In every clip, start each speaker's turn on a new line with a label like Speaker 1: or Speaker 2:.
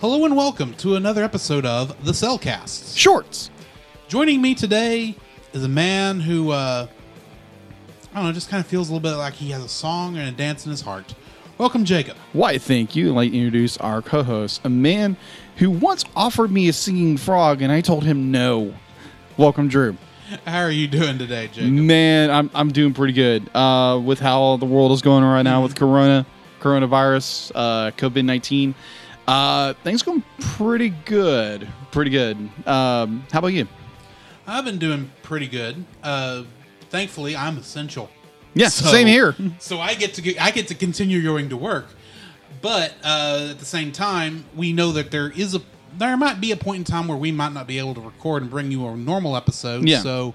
Speaker 1: Hello and welcome to another episode of The Cellcast.
Speaker 2: Shorts.
Speaker 1: Joining me today is a man who, uh, I don't know, just kind of feels a little bit like he has a song and a dance in his heart. Welcome, Jacob.
Speaker 2: Why, thank you. I'd like to introduce our co host, a man who once offered me a singing frog, and I told him no. Welcome, Drew.
Speaker 1: How are you doing today, Jacob?
Speaker 2: Man, I'm, I'm doing pretty good uh, with how the world is going right now with Corona, coronavirus, uh, COVID 19. Uh, things going pretty good. Pretty good. Um, how about you?
Speaker 1: I've been doing pretty good. Uh, thankfully, I'm essential.
Speaker 2: Yeah, same here.
Speaker 1: So I get to get, I get to continue going to work, but uh, at the same time, we know that there is a there might be a point in time where we might not be able to record and bring you a normal episode.
Speaker 2: Yeah.
Speaker 1: So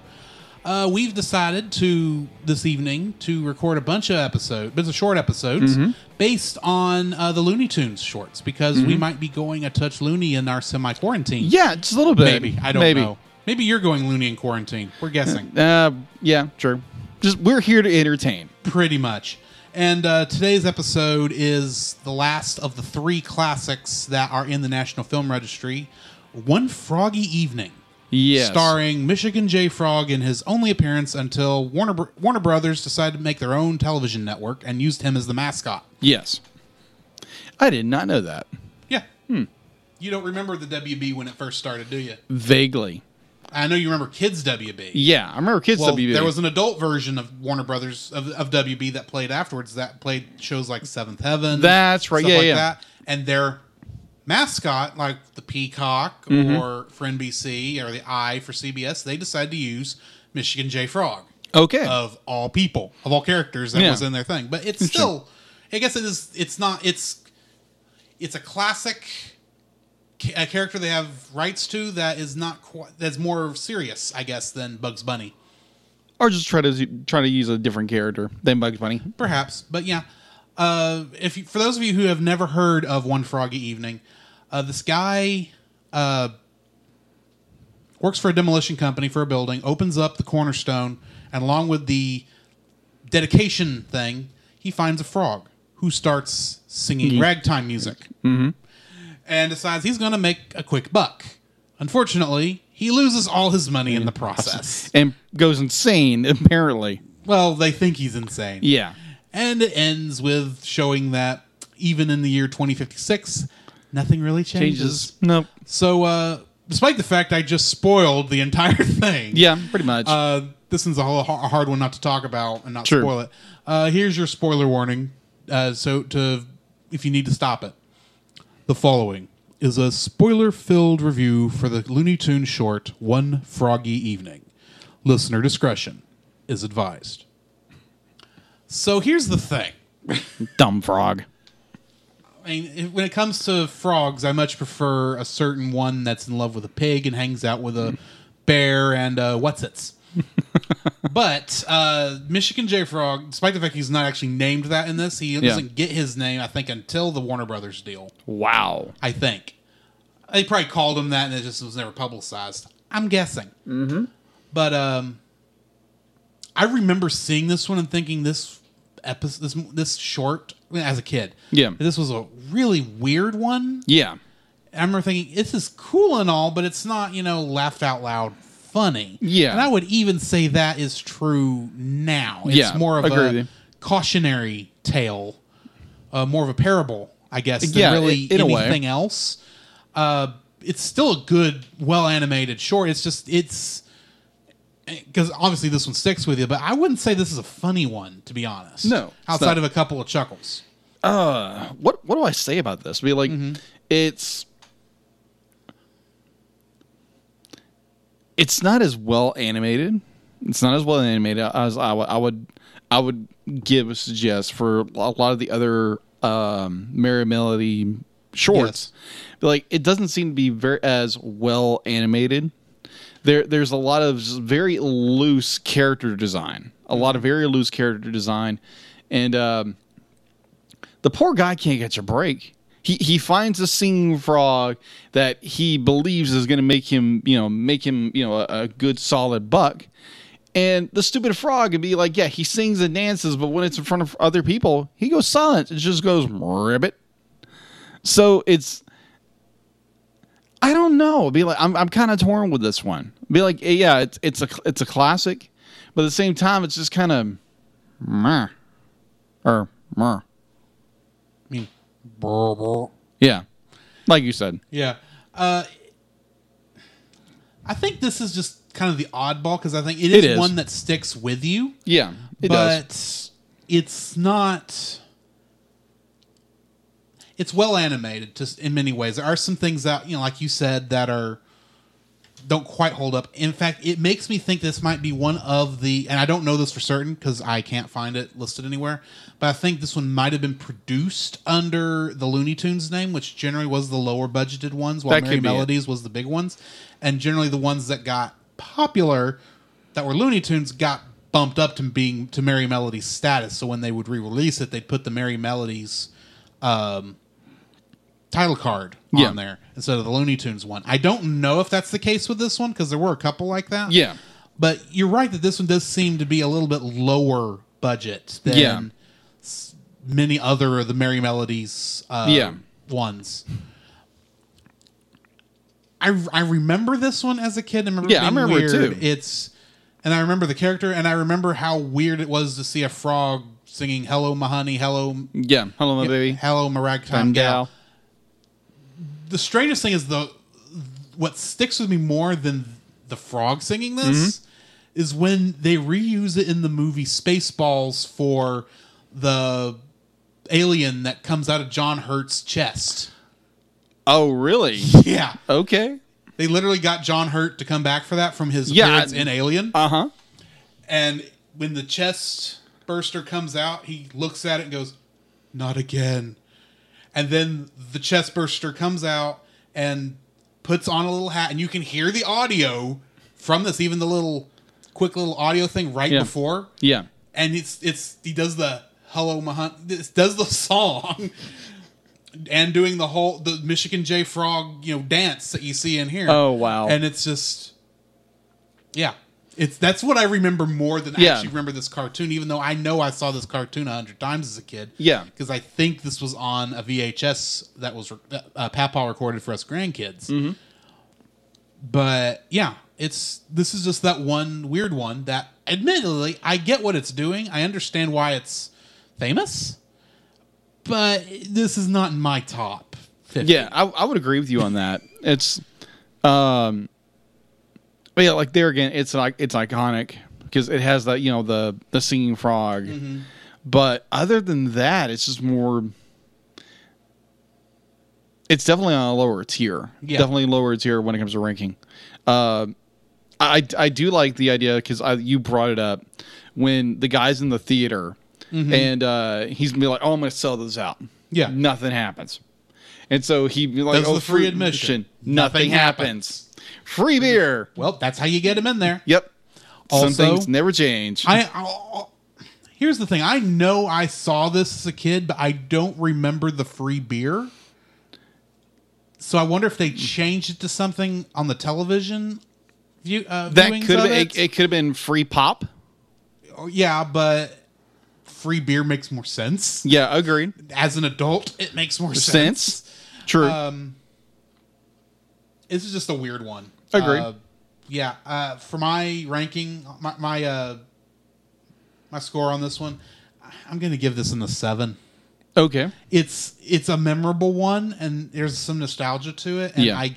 Speaker 1: uh, we've decided to this evening to record a bunch of episodes, bunch of short episodes
Speaker 2: Mm-hmm.
Speaker 1: based on uh, the Looney Tunes shorts because we
Speaker 2: Mm-hmm.
Speaker 1: might be going a touch loony in our semi quarantine.
Speaker 2: Yeah, just a little bit.
Speaker 1: Maybe I don't
Speaker 2: Maybe.
Speaker 1: know. Maybe you're going loony in quarantine. We're guessing.
Speaker 2: Uh, yeah, true. Just we're here to entertain.
Speaker 1: pretty much. And uh, today's episode is the last of the three classics that are in the National Film Registry. One Froggy Evening,
Speaker 2: Yes.
Speaker 1: starring Michigan J. Frog in his only appearance until Warner Br- Warner Brothers decided to make their own television network and used him as the mascot.
Speaker 2: Yes. I did not know that.
Speaker 1: Yeah.
Speaker 2: Hmm.
Speaker 1: You don't remember the WB when it first started, do you?
Speaker 2: Vaguely.
Speaker 1: I know you remember Kids WB.
Speaker 2: Yeah, I remember Kids
Speaker 1: Well,
Speaker 2: WB.
Speaker 1: there was an adult version of Warner Brothers of, of WB that played afterwards that played shows like Seventh Heaven.
Speaker 2: That's right.
Speaker 1: stuff
Speaker 2: Yeah,
Speaker 1: like
Speaker 2: yeah.
Speaker 1: That. And their mascot, like the peacock
Speaker 2: Mm-hmm.
Speaker 1: or for NBC or the eye for CBS, they decided to use Michigan J. Frog
Speaker 2: okay.
Speaker 1: of all people, of all characters that
Speaker 2: Yeah.
Speaker 1: was in their thing. But it's still, I guess it is. It's not. It's it's a classic. ca- A character they have rights to that is not quite that's more serious, I guess, than Bugs Bunny.
Speaker 2: or just try to try to use a different character than Bugs Bunny.
Speaker 1: perhaps but yeah uh, if you, for those of you who have never heard of one froggy evening uh, this guy uh, works for a demolition company for a building opens up the cornerstone and along with the dedication thing he finds a frog who starts singing ragtime music and decides he's going to make a quick buck unfortunately he loses all his money in the process
Speaker 2: And goes insane, apparently.
Speaker 1: well they think he's insane
Speaker 2: Yeah.
Speaker 1: and it ends with showing that even in the year 2056, nothing really changes.
Speaker 2: Changes. Nope.
Speaker 1: So, uh, despite the fact I just spoiled the entire thing,
Speaker 2: Yeah, pretty much.
Speaker 1: uh, this one's a, whole, a hard one not to talk about and not
Speaker 2: Sure.
Speaker 1: spoil it. Uh, here's your spoiler warning. Uh, so, to if you need to stop it, the following is a spoiler-filled review for the Looney Tunes short "One Froggy Evening." Listener discretion is advised. So, here's the thing.
Speaker 2: Dumb frog.
Speaker 1: I mean, if- when it comes to frogs, I much prefer a certain one that's in love with a pig and hangs out with a bear and uh, what's its. but uh, Michigan J Frog, despite the fact he's not actually named that in this, he doesn't get his name, I think, until the Warner Brothers deal.
Speaker 2: Wow.
Speaker 1: I think they probably called him that, and it just was never publicized. I'm guessing. Mm-hmm. But um, I remember seeing this one and thinking this episode, this this short as a kid.
Speaker 2: Yeah.
Speaker 1: this was a really weird one.
Speaker 2: Yeah.
Speaker 1: I remember thinking this is cool and all, but it's not you know laughed out loud funny.
Speaker 2: Yeah.
Speaker 1: and I would even say that is true now. It's
Speaker 2: Yeah,
Speaker 1: more of
Speaker 2: agree with
Speaker 1: a
Speaker 2: you.
Speaker 1: cautionary tale, uh, more of a parable, I guess, than
Speaker 2: Yeah,
Speaker 1: really
Speaker 2: i- in a way.
Speaker 1: anything else. Uh, it's still a good, well animated short. It's just it's because obviously this one sticks with you, but I wouldn't say this is a funny one to be honest.
Speaker 2: No, it's
Speaker 1: outside
Speaker 2: not.
Speaker 1: of a couple of chuckles.
Speaker 2: What what do I say about this? Be like it's it's not as well animated. It's not as well animated as I would I would I would give a suggest for a lot of the other um, Merry Melody shorts. But like it doesn't seem to be very as well animated. There there's a lot of s- very loose character design. A lot of very loose character design, and um, the poor guy can't catch a break. He he finds a singing frog that he believes is going to make him, you know, make him, you know, a, a good solid buck. And the stupid frog would be like, yeah, he sings and dances, but when it's in front of other people, he goes silent. It just goes ribbit. So it's I don't know. Be like, I'm, I'm kind of torn with this one. Be like, eh, yeah, it's it's a it's a classic, but at the same time, it's just kind of, meh, or
Speaker 1: I
Speaker 2: meh.
Speaker 1: mean,
Speaker 2: Yeah, like you said.
Speaker 1: yeah. Uh, I think this is just kind of the oddball because I think it is,
Speaker 2: It is.
Speaker 1: one that sticks with you,
Speaker 2: Yeah, it does.
Speaker 1: but it's not. It's well animated, just in many ways. There are some things that you know, like you said, that are don't quite hold up. In fact, it makes me think this might be one of the, and I don't know this for certain because I can't find it listed anywhere, but I think this one might have been produced under the Looney Tunes name, which generally was the lower budgeted ones, while
Speaker 2: That
Speaker 1: Merry
Speaker 2: could be it.
Speaker 1: Melodies was the big ones. And generally the ones that got popular that were Looney Tunes got bumped up to being to Merry Melodies status. So when they would re release it, they'd put the Merry Melodies um, title card on
Speaker 2: Yeah.
Speaker 1: there instead of the Looney Tunes one. I don't know if that's the case with this one because there were a couple like that.
Speaker 2: Yeah.
Speaker 1: But you're right that this one does seem to be a little bit lower budget than
Speaker 2: Yeah.
Speaker 1: s- many other of the Merry Melodies uh,
Speaker 2: Yeah.
Speaker 1: ones. I, I remember this one as a kid. I remember it
Speaker 2: Yeah, I
Speaker 1: being
Speaker 2: remember it
Speaker 1: weird.
Speaker 2: too.
Speaker 1: It's and I remember the character and I remember how weird it was to see a frog singing "Hello, my honey, hello,
Speaker 2: yeah, hello, my baby,
Speaker 1: hello, my ragtime
Speaker 2: Time
Speaker 1: gal."
Speaker 2: gal.
Speaker 1: the strangest thing is the what sticks with me more than the frog singing this is when they reuse it in the movie Spaceballs for the alien that comes out of John Hurt's chest.
Speaker 2: Oh, really?
Speaker 1: Yeah,
Speaker 2: Okay.
Speaker 1: they literally got John Hurt to come back for that from his
Speaker 2: Yeah,
Speaker 1: appearance
Speaker 2: I-
Speaker 1: in Alien.
Speaker 2: Uh huh.
Speaker 1: and when the chest burster comes out, he looks at it and goes, "Not again." And then the chest burster comes out and puts on a little hat, and you can hear the audio from this, even the little quick little audio thing right
Speaker 2: Yeah.
Speaker 1: before.
Speaker 2: Yeah.
Speaker 1: And it's it's he does the hello Mahan this does the song and doing the whole the Michigan J Frog, you know, dance that you see in here.
Speaker 2: Oh, wow.
Speaker 1: And it's just yeah. It's that's what I remember more than I
Speaker 2: Yeah.
Speaker 1: actually remember this cartoon, even though I know I saw this cartoon a hundred times as a kid.
Speaker 2: Yeah.
Speaker 1: because I think this was on a VHS that was uh, uh, Papa recorded for us grandkids. But yeah, it's this is just that one weird one that, admittedly, I get what it's doing. I understand why it's famous, but this is not in my top. 50.
Speaker 2: Yeah, I, I would agree with you on that. It's, um, but yeah, like there again, it's like it's iconic because it has that you know the the singing frog, but other than that, it's just more. It's definitely on a lower tier.
Speaker 1: Yeah.
Speaker 2: Definitely lower tier when it comes to ranking. Uh, I I do like the idea because you brought it up when the guy's in the theater and uh, he's gonna be like, "Oh, I'm gonna sell this out."
Speaker 1: Yeah.
Speaker 2: nothing happens, and so he be like,
Speaker 1: That's
Speaker 2: "Oh,
Speaker 1: the free admission.
Speaker 2: nothing,
Speaker 1: Nothing
Speaker 2: happens. free beer."
Speaker 1: Well, that's how you get them in there.
Speaker 2: Yep.
Speaker 1: Also-
Speaker 2: Some things never change.
Speaker 1: I, I here's the thing. I know I saw this as a kid, but I don't remember the free beer. So I wonder if they changed it to something on the television. View, uh,
Speaker 2: that
Speaker 1: viewings
Speaker 2: could
Speaker 1: of
Speaker 2: have it,
Speaker 1: it.
Speaker 2: it could have been free pop.
Speaker 1: Oh, yeah, but free beer makes more sense.
Speaker 2: Yeah, agreed.
Speaker 1: As an adult, it makes more sense. Um,
Speaker 2: Sense. True.
Speaker 1: This is just a weird one.
Speaker 2: Agreed.
Speaker 1: Uh, yeah. Uh, for my ranking, my my, uh, my score on this one, I'm going to give this in the seven.
Speaker 2: okay.
Speaker 1: it's it's a memorable one and there's some nostalgia to it and
Speaker 2: Yeah.
Speaker 1: i i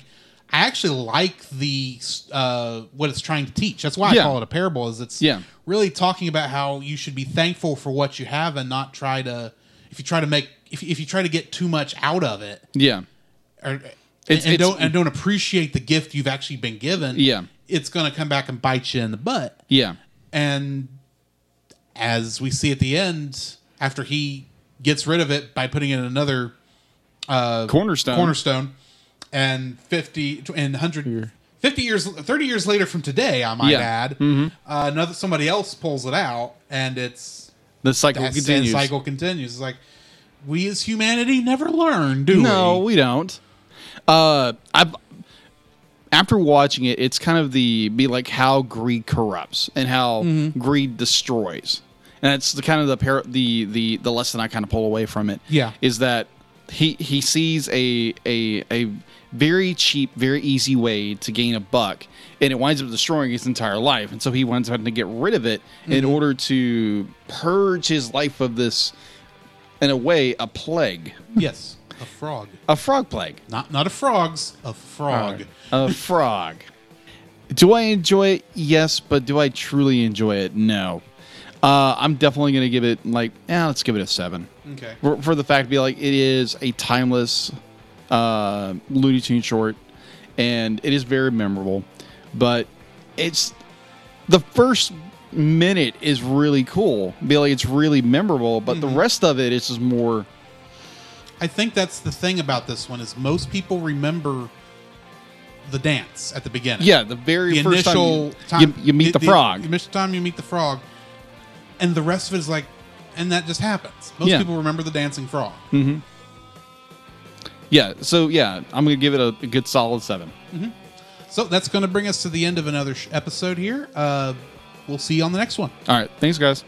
Speaker 1: actually like the uh what it's trying to teach that's why
Speaker 2: Yeah.
Speaker 1: i call it a parable is it's
Speaker 2: Yeah.
Speaker 1: really talking about how you should be thankful for what you have and not try to if you try to make if, you- if you try to get too much out of it
Speaker 2: Yeah.
Speaker 1: or
Speaker 2: It's-
Speaker 1: and,
Speaker 2: it's-
Speaker 1: don't and don't appreciate the gift you've actually been given
Speaker 2: Yeah.
Speaker 1: it's gonna come back and bite you in the butt
Speaker 2: Yeah.
Speaker 1: and as we see at the end, after he gets rid of it by putting in another
Speaker 2: Cornerstone.
Speaker 1: cornerstone, and 50 and 100, 50 years, 30 years later from today, I might
Speaker 2: Yeah. Mm-hmm.
Speaker 1: add, uh, another somebody else pulls it out, and it's
Speaker 2: The cycle
Speaker 1: that same
Speaker 2: continues.
Speaker 1: cycle continues. It's like we as humanity never learn, do
Speaker 2: No,
Speaker 1: we?
Speaker 2: we don't. Uh, I've after watching it, it's kind of the be like how greed corrupts and how greed destroys, and that's the kind of the par- the the the lesson I kind of pull away from it.
Speaker 1: Yeah.
Speaker 2: is that he he sees a a a very cheap, very easy way to gain a buck, and it winds up destroying his entire life. And so he winds up having to get rid of it in order to purge his life of this, in a way, a plague,
Speaker 1: Yes, a frog.
Speaker 2: a frog plague.
Speaker 1: Not not a frogs, a frog.
Speaker 2: A frog. Do I enjoy it? Yes, but do I truly enjoy it? No. Uh, I'm definitely going to give it like, eh, let's give it a seven.
Speaker 1: Okay.
Speaker 2: For, for the fact to be like, it is a timeless uh, Looney Tune short, and it is very memorable. But it's the first minute is really cool. Be like, it's really memorable, but the rest of it is just more.
Speaker 1: I think that's the thing about this one is most people remember the dance at the beginning.
Speaker 2: Yeah, the very
Speaker 1: the
Speaker 2: first
Speaker 1: initial
Speaker 2: time you, you, you meet the, frog.
Speaker 1: The initial time you meet the frog, and the rest of it is like, and that just happens. Most
Speaker 2: Yeah. Hmm.
Speaker 1: people remember the dancing frog.
Speaker 2: Yeah. So yeah, I'm gonna give it a, a good solid seven.
Speaker 1: So that's going to bring us to the end of another sh- episode here. Uh, we'll see you on the next one.
Speaker 2: All right. Thanks, guys.